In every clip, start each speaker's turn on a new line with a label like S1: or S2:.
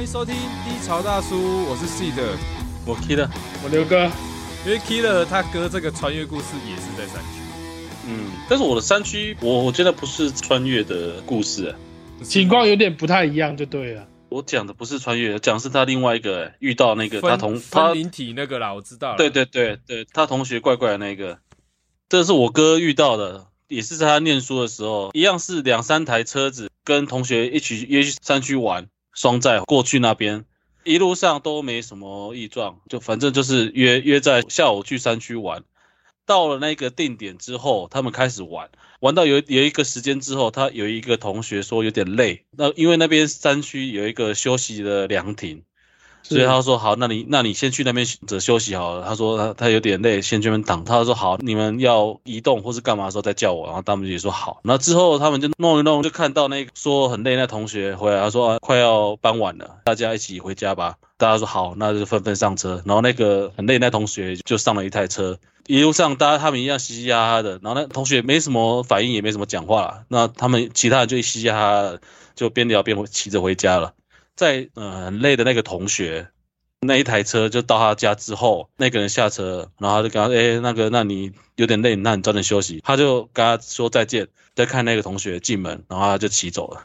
S1: 迎收听低潮大叔，我是 C 的。
S2: 我 K 的，
S3: 我刘哥，
S1: 因为 Killer 和他哥这个穿越故事也是在山区，
S2: 嗯，但是我的山区，我我觉得不是穿越的故事、欸，
S3: 情况有点不太一样，就对了。
S2: 我讲的不是穿越，讲的是他另外一个、欸遇到那个他
S1: 分
S2: 同他
S1: 分，灵体那个啦，我知道了。
S2: 对对对对，他同学怪怪的那个，这是我哥遇到的，也是在他念书的时候，一样是两三台车子跟同学一起约去山区玩，双载过去那边，一路上都没什么异状，就反正就是约约在下午去山区玩。到了那个定点之后，他们开始玩，玩到有有一个时间之后，他有一个同学说有点累，那因为那边山区有一个休息的凉亭，所以他说好，那你那你先去那边者休息好了。他说他他有点累，先去那边躺。他说好，你们要移动或是干嘛的时候再叫我。然后他们也说好。那之后他们就弄一弄，就看到那个说很累那同学回来，他说、啊、快要傍晚了，大家一起回家吧。大家说好，那就纷纷上车。然后那个很累那同学就上了一台车，一路上大家他们一样嘻嘻哈哈的。然后那同学没什么反应，也没什么讲话啦那他们其他人就嘻嘻哈哈的，就边聊边回骑着回家了。在呃很累的那个同学，那一台车就到他家之后，那个人下车了，然后他就跟他说：“哎、那个，那你有点累，那你早点休息。”他就跟他说再见，再看那个同学进门，然后他就骑走了。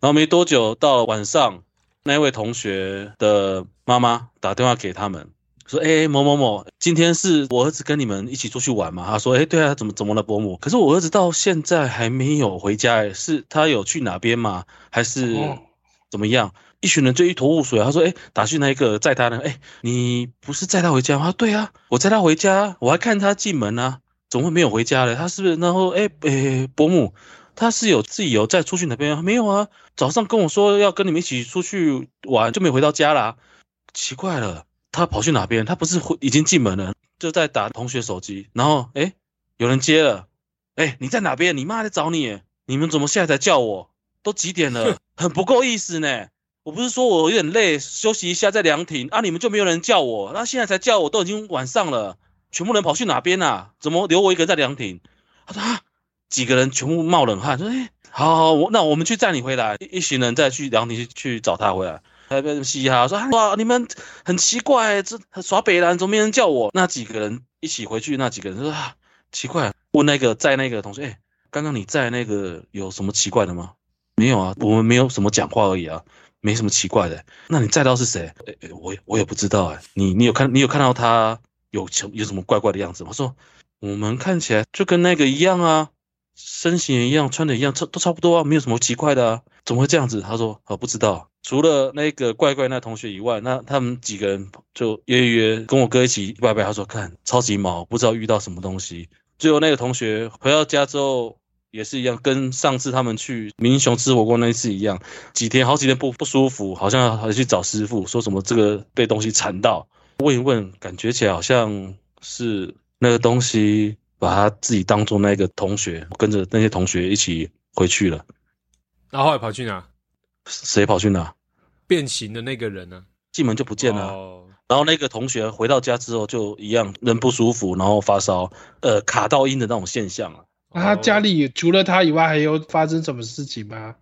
S2: 然后没多久到了晚上，那位同学的妈妈打电话给他们。说哎、某某某，今天是我儿子跟你们一起出去玩嘛？他说哎、对啊，怎么怎么了伯母？可是我儿子到现在还没有回家、哎，是他有去哪边吗？还是
S3: 哦
S2: 怎么样？一群人就一头雾水。他说：“哎、打去那一个载他呢？哎、你不是载他回家吗？”他说：“对啊，我载他回家，我还看他进门啊，怎么会没有回家嘞？他是不是？然后哎哎、伯母，他是有自己有再出去哪边？没有啊，早上跟我说要跟你们一起出去玩，就没回到家啦、奇怪了，他跑去哪边？他不是回已经进门了？就在打同学手机，然后哎、有人接了，哎、你在哪边？你妈在找你耶，你们怎么现在才叫我？都几点了，很不够意思呢。”我不是说我有点累，休息一下再凉亭啊，你们就没有人叫我，那现在才叫我，都已经晚上了，全部人跑去哪边啊？怎么留我一个人在凉亭？他说啊，几个人全部冒冷汗，说哎、好好好，我那我们去载你回来，一一行人再去凉亭去去找他回来。还被嘻哈说啊哇，你们很奇怪，这耍北兰怎么没人叫我？那几个人一起回去，那几个人说啊，奇怪，问那个在那个同学，哎、刚刚你在那个有什么奇怪的吗？没有啊，我们没有什么讲话而已啊。没什么奇怪的。那你载到是谁？诶诶我也我也不知道哎、你你有看你有看到他有什有什么怪怪的样子吗？我说我们看起来就跟那个一样啊，身形也一样，穿的一样，差都差不多啊，没有什么奇怪的啊，怎么会这样子？他说哦不知道。除了那个怪怪那同学以外，那他们几个人就约一约跟我哥一起拜拜。他说看超级毛，不知道遇到什么东西。最后那个同学回到家之后也是一样，跟上次他们去民雄吃火锅那一次一样，几天好几天不不舒服，好像还去找师傅说什么这个被东西缠到，问一问，感觉起来好像是那个东西把他自己当做那个同学，跟着那些同学一起回去了，
S1: 然后后来跑去哪？
S2: 谁跑去哪？
S1: 变形的那个人呢、
S2: 进门就不见了。
S1: 哦，
S2: 然后那个同学回到家之后就一样人不舒服，然后发烧，呃，卡到音的那种现象啊，
S3: 那他家里除了他以外，还有发生什么事情吗？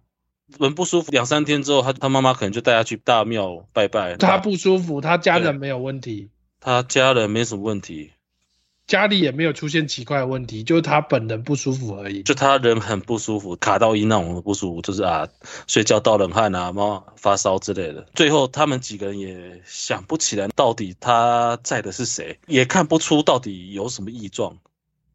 S2: 人不舒服两三天之后，他他妈妈可能就带他去大庙拜拜，
S3: 他
S2: 他
S3: 不舒服，他家人
S2: 对
S3: 没有问题，
S2: 他家人没什么问题，
S3: 家里也没有出现奇怪的问题，就是他本人不舒服而已。
S2: 就他人很不舒服，卡到音那种不舒服，就是啊，睡觉盗冷汗啊，猫发烧之类的。最后他们几个人也想不起来到底他在的是谁，也看不出到底有什么异状。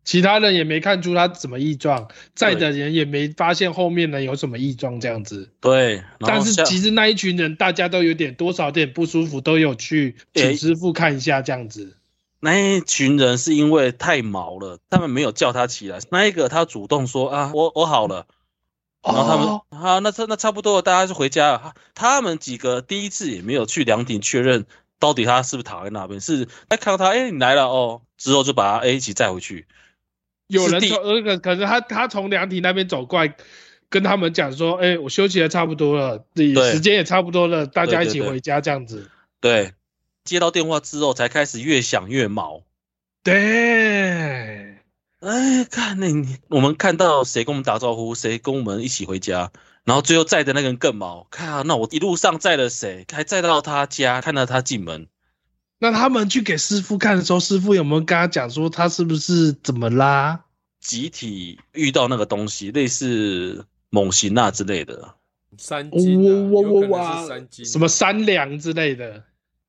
S3: 其他人也没看出他怎么异状，在的人也没发现后面呢有什么异状这样子。
S2: 对，然
S3: 但
S2: 后
S3: 是
S2: 下
S3: 其实那一群人大家都有点多少有点不舒服，都有去
S2: 诶
S3: 请师傅看一下这样子。
S2: 那一群人是因为太毛了，他们没有叫他起来。那一个他主动说啊，我我好了。然后他们、
S3: 哦
S2: 啊，那差那差不多了，大家就回家了。他们几个第一次也没有去量体确认到底他是不是躺在那边，是哎看到他哎你来了哦，之后就把他哎一起载回去。
S3: 有
S2: 是
S3: 人
S2: 第
S3: 从那个，可是他他从凉亭那边走过来，跟他们讲说：“哎、我休息的差不多了，你
S2: 对
S3: 时间也差不多了，大家一
S2: 对
S3: 起
S2: 对
S3: 回家这样子。
S2: 对，接到电话之后才开始越想越毛，
S3: 对，
S2: 哎，看那你我们看到谁跟我们打招呼，谁跟我们一起回家，然后最后载的那个人更毛，看啊，那我一路上载了谁，还载到他家，看到他进门，
S3: 那他们去给师傅看的时候，师傅有没有跟他讲说他是不是怎么啦？
S2: 集体遇到那个东西，类似猛禽啊之类的，
S1: 三金、啊，
S3: 哦哇哇
S1: 有可
S3: 哇
S1: 能
S3: 哇
S1: 是三啊金，
S3: 什么三两之类的？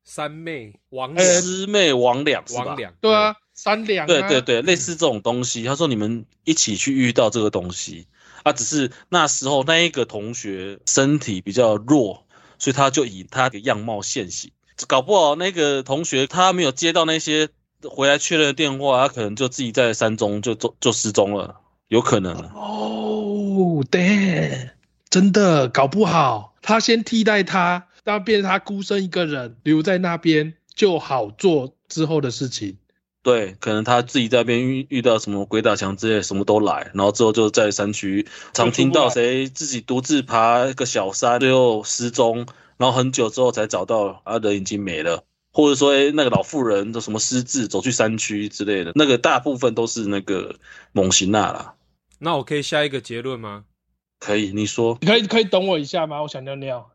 S1: 三妹、王
S3: 哎
S1: 两、
S2: 师妹王两是吧
S1: 呃王？两，嗯
S3: 对啊，三两、啊。
S2: 对对对，类似这种东西。他说你们一起去遇到这个东西，啊，只是那时候那一个同学身体比较弱，所以他就以他的样貌现形。搞不好那个同学他没有接到那些回来确认的电话，他可能就自己在山中就就就失踪了，有可能啊。
S3: 哦，对，真的搞不好他先替代他，那变成他孤身一个人留在那边，就好做之后的事情。
S2: 对，可能他自己在那边遇遇到什么鬼打墙之类，什么都来，然后之后就在山区常听到谁自己独自爬一个小山，最后失踪，然后很久之后才找到，啊，人已经没了，或者说、哎那个老妇人的什么失智，走去山区之类的，那个大部分都是那个蒙西娜啦。
S1: 那我可以下一个结论吗？
S2: 可以，你说
S3: 你可以可以等我一下吗？我想尿尿。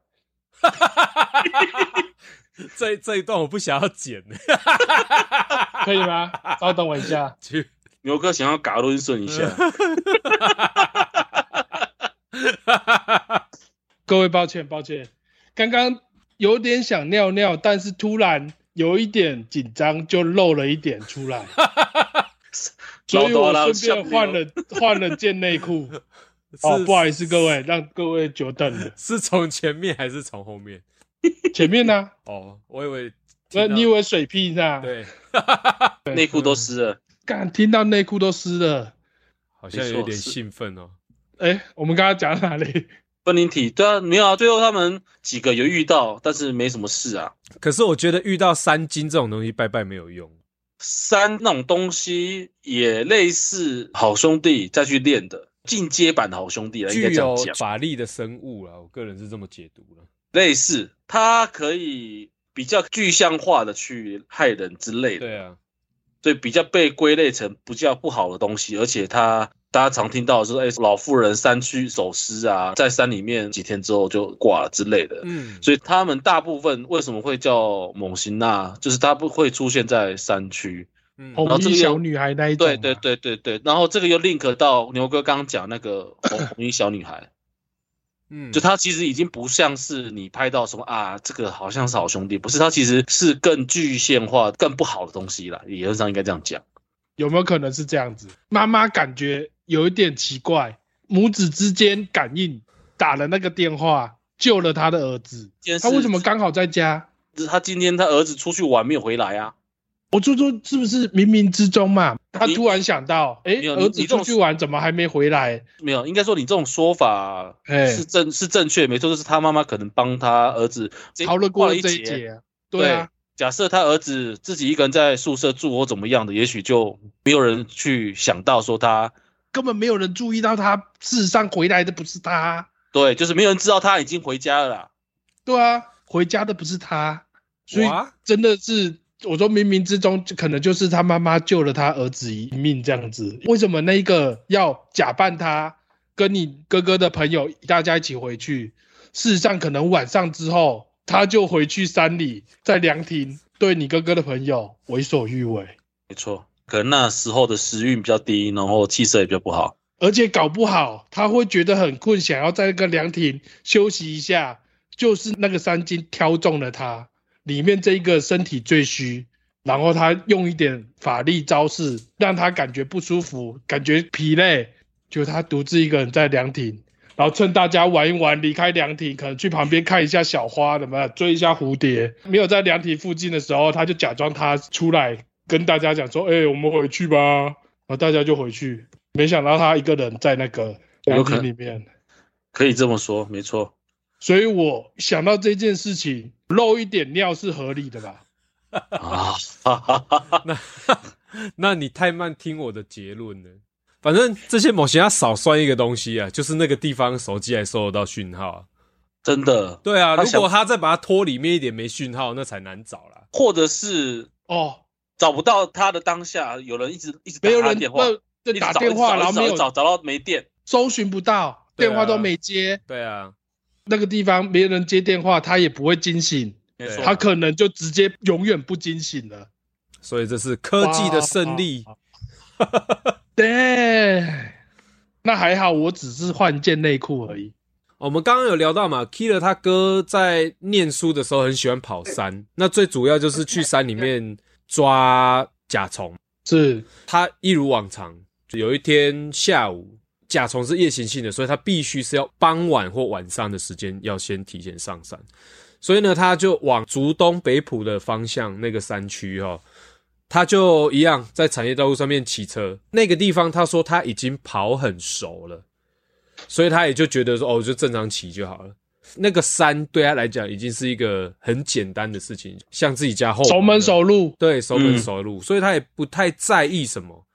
S1: 这这一段我不想要剪，
S3: 可以 吗？稍等我一下。
S1: 去，
S2: 牛哥想要嘎抡顺一下，
S3: 嗯各位抱歉，抱歉，刚刚有点想尿尿，但是突然有一点紧张，就漏了一点出 来，所以我顺便换了换了件内 裤。哦，不好意思，各位，让各位久等了。
S1: 是从前面还是从后面？
S3: 前面 呢、
S1: 哦，我以为
S3: 那
S1: 听到
S3: 你以为水屁呢？，
S1: 对，
S2: 内裤都湿
S3: 嗯
S2: 了，
S3: 敢听到内裤都湿了。
S1: 好像有点兴奋哦。
S3: 哎，我们刚刚讲到哪里？
S2: 分灵体对啊，没有啊，最后他们几个有遇到，但是没什么事啊。
S1: 可是我觉得遇到三金这种东西，拜拜没有用。
S2: 三那种东西也类似好兄弟再去练的进阶版的好兄弟了，应该
S1: 具
S2: 这样
S1: 有
S2: 讲，
S1: 法力的生物啦，我个人是这么解读了。
S2: 类似它可以比较具象化的去害人之类的，
S1: 对啊，
S2: 所以比较被归类成比较不好的东西，而且它。大家常听到说，哎、老妇人山区走失啊，在山里面几天之后就挂了之类的。
S1: 嗯，
S2: 所以他们大部分为什么会叫猛禽娜，就是它不会出现在山区，
S1: 嗯
S3: 红
S2: 后这
S3: 衣
S2: 个又
S3: 小女孩那一种、啊。
S2: 对对对对对，然后这个又 link 到牛哥刚刚讲那个 红红衣小女孩，
S1: 嗯，
S2: 就她其实已经不像是你拍到什么啊，这个好像是好兄弟，不是，她其实是更具现化、更不好的东西啦，理论上应该这样讲。
S3: 有没有可能是这样子？妈妈感觉有一点奇怪，母子之间感应打了那个电话救了他的儿子，他为什么刚好在家？
S2: 他今天他儿子出去玩没有回来啊？
S3: 我就说是不是冥冥之中嘛？他
S2: 你
S3: 突然想到，哎、
S2: 没有你
S3: 儿子
S2: 你这种
S3: 出去玩怎么还没回来？
S2: 没有，应该说你这种说法
S3: 哎
S2: 是正、是正确，没错，就是他妈妈可能帮他儿子
S3: 逃了
S2: 过
S3: 过了
S2: 一
S3: 这一
S2: 劫。
S3: 劫、啊，对啊，
S2: 假设他儿子自己一个人在宿舍住或怎么样的，也许就没有人去想到说他
S3: 根本没有人注意到他，事实上回来的不是他，
S2: 对，就是没有人知道他已经回家了啦。
S3: 对啊，回家的不是他，所以
S1: 哇
S3: 真的是，我说冥冥之中就可能就是他妈妈救了他儿子一命这样子。为什么那个要假扮他跟你哥哥的朋友大家一起回去？事实上，可能晚上之后他就回去山里，在凉亭对你哥哥的朋友为所欲为，
S2: 没错，可能那时候的时运比较低，然后气色也比较不好。
S3: 而且搞不好他会觉得很困，想要在那个凉亭休息一下。就是那个三金挑中了他，里面这一个身体最虚，然后他用一点法力招式，让他感觉不舒服，感觉疲累，就他独自一个人在凉亭，然后趁大家玩一玩，离开凉亭，可能去旁边看一下小花，怎么样追一下蝴蝶。没有在凉亭附近的时候，他就假装他出来跟大家讲说：“哎、我们回去吧。”然后大家就回去，没想到他一个人在那个凉
S2: 有可
S3: 亭
S2: 能
S3: 里面。
S2: 可以这么说，没错。
S3: 所以我想到这件事情，漏一点尿是合理的吧？
S2: 啊，哈哈哈哈
S1: 那 那你太慢听我的结论了。反正这些某些要少算一个东西啊，就是那个地方手机还收得到讯号啊。
S2: 真的，
S1: 对啊，
S2: 他
S1: 如
S2: 想
S1: 果他再把它拖里面一点没讯号，那才难找啦。
S2: 或者是
S3: 哦，
S2: 找不到他的当下，有人一直一直打
S3: 没有
S2: 他的
S3: 人
S2: 电话，
S3: 问，就
S2: 一直
S3: 打
S2: 找
S3: 电话，
S2: 一直
S3: 然后
S2: 找一
S3: 没有
S2: 直找找到没电，
S3: 搜寻不到，
S1: 对啊
S3: 电话都没接，
S1: 对啊，
S3: 那个地方没人接电话，他也不会惊醒，
S2: 没
S1: 对
S2: 错，
S1: 啊
S3: 他可能就直接永远不惊醒了。
S1: 所以这是科技的胜利。
S3: 对，那还好，我只是换件内裤而已。
S1: 哦我们刚刚有聊到嘛 k i l a 他哥在念书的时候很喜欢跑山，那最主要就是去山里面抓甲虫。
S3: 是
S1: 他一如往常，就有一天下午，甲虫是夜行性的，所以他必须是要傍晚或晚上的时间要先提前上山。所以呢，他就往竹东北浦的方向那个山区哦，他就一样在产业道路上面骑车。那个地方他说他已经跑很熟了，所以他也就觉得说哦，我就正常骑就好了。那个山对他来讲已经是一个很简单的事情，像自己家
S2: 哦
S1: 后
S3: 熟门
S1: 了
S3: 熟路，
S1: 对，熟门
S2: 嗯
S1: 熟路，所以他也不太在意什么。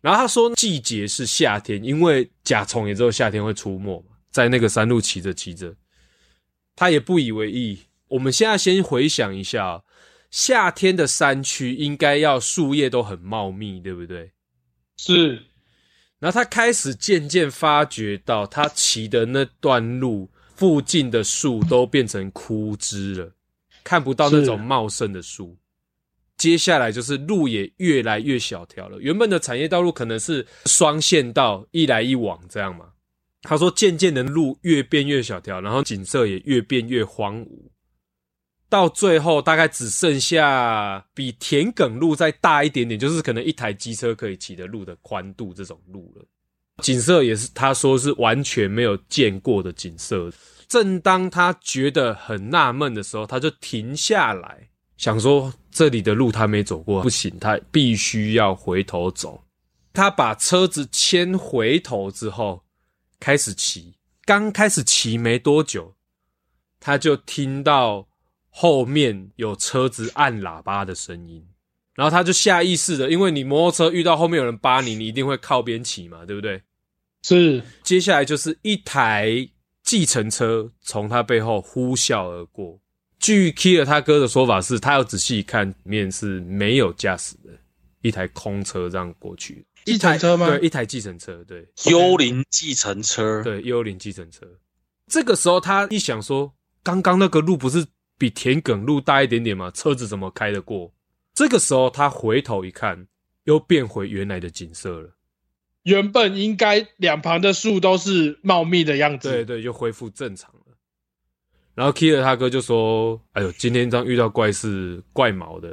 S1: 然后他说季节是夏天，因为甲虫也只有夏天会出没嘛，在那个山路骑着骑着，他也不以为意。我们现在先回想一下、啊，夏天的山区应该要树叶都很茂密，对不对？
S3: 是
S1: 然后他开始渐渐发觉到，他骑的那段路附近的树都变成枯枝了，看不到那种
S3: 是
S1: 茂盛的树。接下来就是路也越来越小条了，原本的产业道路可能是双线道，一来一往这样嘛。他说，渐渐的路越变越小条，然后景色也越变越荒芜，到最后大概只剩下比田埂路再大一点点，就是可能一台机车可以骑的路的宽度这种路了。景色也是他说是完全没有见过的景色。正当他觉得很纳闷的时候，他就停下来，想说这里的路他没走过，不行，他必须要回头走。他把车子牵回头之后，开始骑。刚开始骑没多久，他就听到后面有车子按喇叭的声音，然后他就下意识的，因为你摩托车遇到后面有人扒你，你一定会靠边骑嘛，对不对？
S3: 是
S1: 接下来就是一台计程车从他背后呼啸而过。据 Kier 他哥的说法是，他要仔细一看，里面是没有驾驶的，一台空车这样过去。
S3: 计程车吗
S1: 对，一台计程车，对
S2: 幽灵计程车，
S1: 对，幽灵计程车。这个时候他一想说，刚刚那个路不是比田埂路大一点点吗？车子怎么开得过？这个时候他回头一看，又变回原来的景色了。
S3: 原本应该两旁的树都是茂密的样
S1: 对
S3: 子，
S1: 对，就恢复正常了。然后 Killer 他哥就说：“哎呦，今天这样遇到怪事，怪毛的，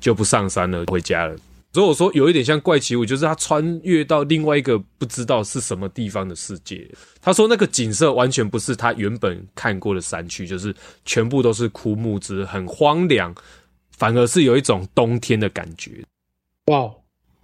S1: 就不上山了，回家了。”所以我说有一点像怪奇物，就是他穿越到另外一个不知道是什么地方的世界。他说那个景色完全不是他原本看过的山区，就是全部都是枯木枝，很荒凉，反而是有一种冬天的感觉。
S3: 哇，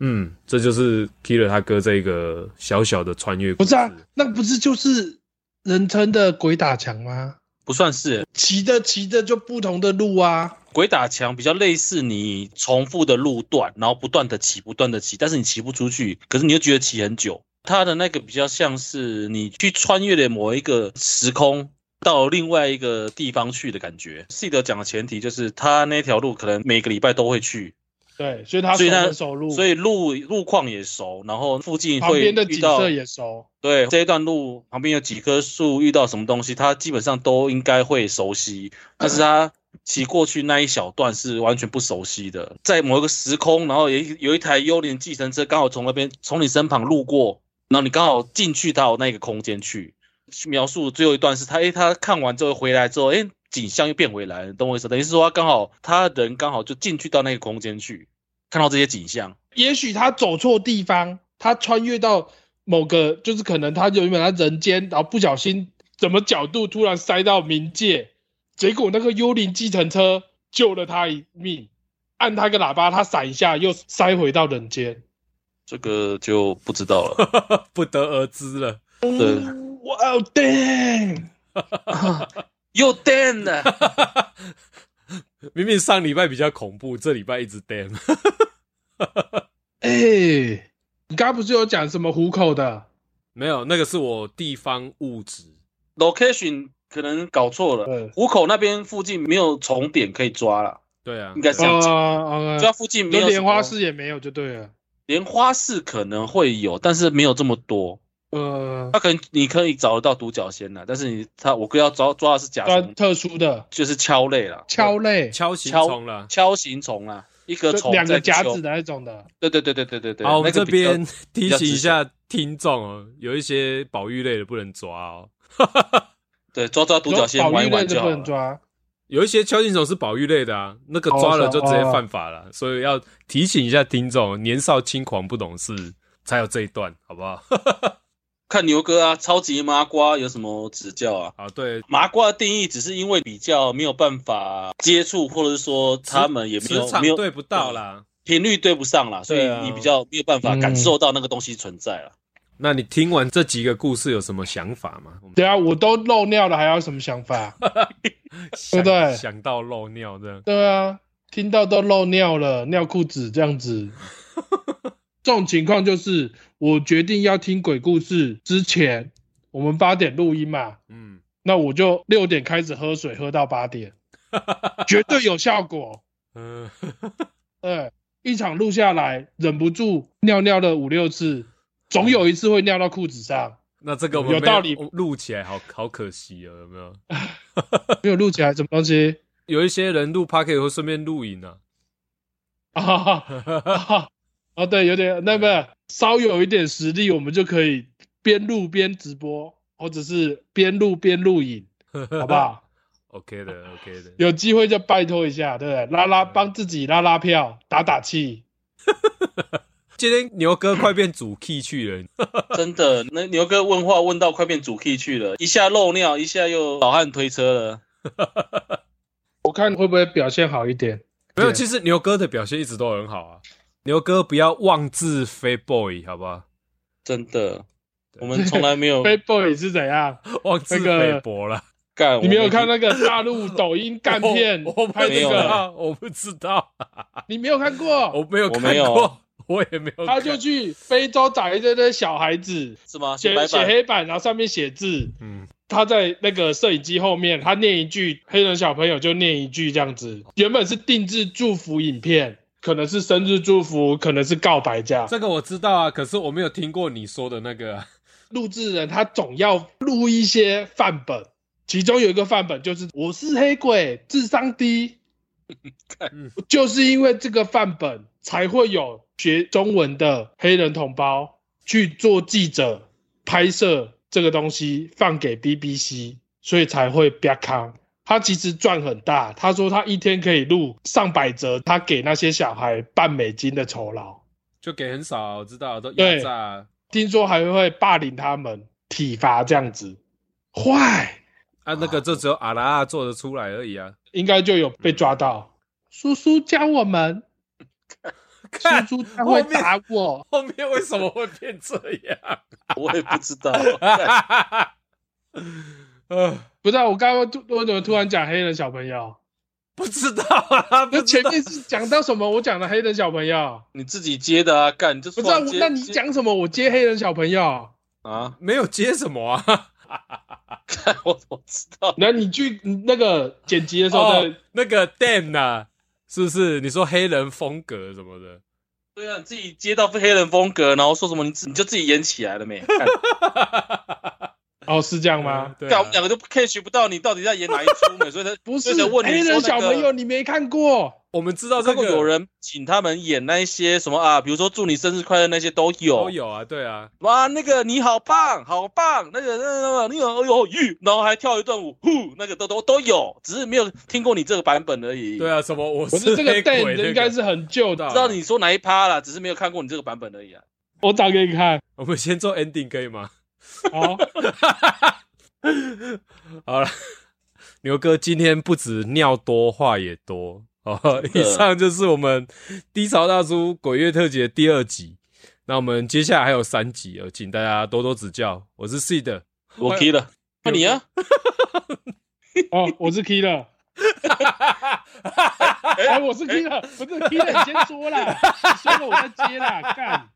S1: 嗯，这就是 Killer 他哥这个小小的穿越故
S3: 不
S1: 事。
S3: 是啊，那不是就是人称的鬼打墙吗？
S2: 不算是
S3: 骑着骑着就不同的路啊，
S2: 鬼打墙，比较类似你重复的路段，然后不断的骑，不断的骑，但是你骑不出去，可是你又觉得骑很久。它的那个比较像是你去穿越了某一个时空。到另外一个地方去的感觉。记得讲的前提就是，他那条路可能每个礼拜都会去，
S3: 对，所以他熟
S2: 所以他
S3: 门熟路，
S2: 所以路路况也熟，然后附近
S3: 旁
S2: 会
S3: 边的
S2: 遇
S3: 景
S2: 到
S3: 色也熟，
S2: 对这一段路旁边有几棵树，遇到什么东西，他基本上都应该会熟悉。但是他骑过去那一小段是完全不熟悉的，在某一个时空，然后有一有一台幽灵计程车刚好从那边从你身旁路过，然后你刚好进去到那个空间去。描述最后一段是他，诶，他看完之后回来之后，诶，景象又变回来了，你懂我意思？等于是说他刚好他人刚好就进去到那个空间去，看到这些景象。
S3: 也许他走错地方，他穿越到某个，就是可能他原本他人间，然后不小心怎么角度突然塞到冥界，结果那个幽灵计程车救了他一命，按他个喇叭，他闪一下又塞回到人间。
S2: 这个就不知道了。
S3: 啊
S1: 不得而知了。
S2: 对，
S3: 哇哦，damn！
S2: 又 damn 了。
S1: 明明上礼拜比较恐怖，这礼拜一直 damn。
S3: 哎、你刚刚不是有讲什么虎口的？
S1: 没有，那个是我地方物质。
S2: location 可能搞错了，
S3: 对，
S2: 虎口那边附近没有重点可以抓了，
S1: 对啊
S2: 应，该是这样
S3: 啊
S2: 讲。
S3: 啊，
S2: 主要附近没
S3: 就
S2: 有
S3: 莲花
S2: 什么
S3: 寺也没有就对了。
S2: 莲花寺可能会有，但是没有这么多。
S3: 呃，
S2: 它可能你可以找得到独角仙啦，但是你它我哥要抓抓的是甲
S3: 抓
S2: 虫，
S3: 呃特殊的
S2: 就是锹类啦，
S3: 敲类，
S1: 敲形
S2: 敲
S1: 虫了。
S2: 锹形虫啦，一个
S3: 就
S2: 虫
S3: 两个
S2: 在
S3: 夹
S2: 揪
S3: 子的那种的，
S2: 对对对对对对对。
S1: 好，我们
S2: 那个
S1: 这
S2: 比较
S1: 边提
S2: 比较
S1: 醒一
S2: 值
S1: 下听众哦，有一些保育类的不能抓哦，
S2: 对抓抓独角仙
S3: 有保
S2: 玩
S3: 育
S2: 一
S3: 类
S2: 玩
S3: 就
S2: 就
S3: 不
S2: 好
S3: 能
S2: 了。
S3: 抓。
S1: 有一些敲进虫是保育类的啊，那个抓了就直接犯法
S2: 哦
S1: 了，所以要提醒一下听众，哦年少轻狂不懂事，才有这一段，好不好？
S2: 看牛哥啊，超级麻瓜有什么指教啊？
S1: 好，对，
S2: 麻瓜的定义只是因为比较没有办法接触，或者是说他们也没
S1: 磁
S2: 有
S1: 场
S2: 没有
S1: 对不到啦。
S2: 频率对不上啦，所以
S1: 对啊
S2: 你比较没有办法感受到那个东西存在了。
S1: 那你听完这几个故事有什么想法吗？我们
S3: 对啊，我都漏尿了，还要什么想法？
S1: 想
S3: 对不对
S1: 想到漏尿这样，
S3: 对啊，听到都漏尿了，尿裤子这 样子。这种情况就是，我决定要听鬼故事之前，我们八点录音嘛，
S1: 嗯，
S3: 那我就六点开始喝水，喝到八点，绝对有效果。
S1: 嗯，
S3: 对，一场录下来，忍不住尿尿了五六次，总有一次会尿到裤子上。
S1: 那这个我们
S3: 有
S1: 没
S3: 道理
S1: 录起来好好可惜哦，有没有？
S3: 没有录起来什么东西
S1: 有一些人录 p o c a s t 会顺便录影啊，
S3: 啊？啊，哦，对，有点那个稍有一点实力，我们就可以边录边直播，或者是边录边录影，好不好？
S1: ？OK 的，OK 的。
S3: 有机会就拜托一下，对不对？拉拉帮自己拉拉票，打打气。
S1: 今天牛哥快变主 key 去了，
S3: 嗯
S2: 真的，那牛哥问话问到快变主 key 去了，一下漏尿，一下又老汉推车了。
S3: 我看会不会表现好一点？
S1: 没有，
S3: 对
S1: 其实牛哥的表现一直都很好啊。牛哥不要妄自菲薄，好不好？
S2: 真的，
S1: 对
S2: 我们从来没 有
S3: 飞 boy 是怎样？
S1: 妄自菲薄了。
S2: 干。
S3: 你没有看
S2: 到
S3: 那个大陆抖音干 片
S1: 我我不知
S3: 拍那
S2: 没有啊
S3: 个？
S1: 道，我不知道，
S3: 你没有看过？
S1: 我没有
S2: 我
S1: 看
S2: 没有
S1: 过，我也没有看。
S3: 他就去非洲找一堆堆小孩子，
S2: 是吗？
S3: 写
S2: 白
S3: 写
S2: 板
S3: 黑板，然后上面写字，
S1: 嗯，
S3: 他在那个摄影机后面，他念一句，黑人小朋友就念一句这样子。原本是定制祝福影片，可能是生日祝福，可能是告白这样。
S1: 这个我知道啊，可是我没有听过你说的那个啊。
S3: 录制人他总要录一些范本，其中有一个范本就是我是黑鬼，智商低
S1: 嗯。
S3: 就是因为这个范本，才会有学中文的黑人同胞去做记者，拍摄这个东西放给 BBC，所以才会被康。他其实赚很大，他说他一天可以录上百则，他给那些小孩半美金的酬劳。
S1: 就给很少啊，我知道都压
S3: 对
S1: 榨啊。
S3: 听说还会霸凌他们、体罚这样子，坏，
S1: 啊，那个就只有阿拉阿做得出来而已啊！
S3: 应该就有被抓到。叔叔教我们，
S1: 看
S3: 叔叔他会打我。
S1: 后面为什么会变这 样？
S2: 我也不知道。 干
S1: 啊，
S3: 不是、啊，我刚刚突我怎么突然讲黑人小朋友？
S1: 不知道啊，不
S3: 那
S1: 知
S3: 前
S1: 道。
S3: 面是讲到什么？我讲的黑人小朋友，
S2: 你自己接的啊，干你就
S3: 不
S2: 说
S3: 是、啊
S2: 啊
S3: 我
S2: 接
S3: 那你
S2: 接
S3: 讲什么？我接黑人小朋友，
S2: 啊？
S1: 没有接什么啊？
S2: 看我我知道，
S3: 那你去你那个剪辑的时候
S1: 哦
S3: 再，
S1: 那个 Dan 呐、啊，是不是？你说黑人风格什么 的？
S2: 对啊，你自己接到黑人风格，然后说什么你自你就自己演起来了 没？干
S3: 哦，是这样吗？
S1: 对
S2: 干
S1: 啊、
S2: 我们两个都 catch 不到你到底在演哪一出嘛， 所以他
S3: 不
S2: 所以
S3: 是
S2: 才问你
S3: 黑
S2: 说
S3: 人
S2: 那
S3: 小
S2: 个
S3: 朋友，你没看过？
S1: 我们知道
S2: 我
S1: 这
S2: 看过
S1: 个
S2: 有人请他们演那一些什么啊，比如说祝你生日快乐那些都有。
S1: 都有啊，对啊，
S2: 哇，那个你好棒，好棒，那个那个那个你有哎呦吁，然后还跳一段舞，呼，那个都都都有，只是没有听过你这个版本而已。
S1: 对，啊，什么我是
S3: 我是这个
S1: 黑
S3: d
S1: 鬼、那
S3: a 应该是很旧
S1: 知
S3: 的，
S2: 知道你说哪一趴啦，只是没有看过你这个版本而已啊。
S3: 我找给你看。
S1: 啊我们先做 ending 可以吗？
S3: 好，
S1: 好了，牛哥今天不止尿多，话也多。哦，以上就是我们低潮大叔鬼月特辑的第二集。那我们接下来还有三集哦，请大家多多指教。我是 C 的，
S2: 我 key 了，那你啊？
S3: 哦，我是 Killer。哎，我是 Killer，不是 Killer，你先说啦， 你说了我再接啦，干，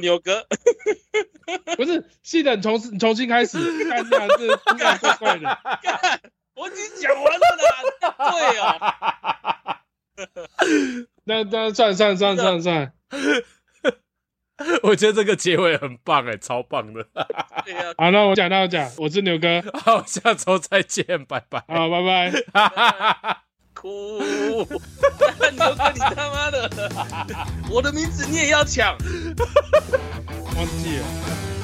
S2: 牛哥，
S3: 不是，系统重新重新开始，干这样子突然怪怪 的，
S2: 我已经讲完了啦。对哦，
S3: 那那算算算算算，
S1: 我觉得这个结尾很棒哎、超棒的。
S2: 对啊呀、
S3: 好，那我讲，那我讲，我是牛哥，
S1: 好，下周再见，拜 拜。
S3: 好，拜拜。
S2: 哭！ 牛哥，你他妈 的，我的名字你也要抢？
S3: 忘记了。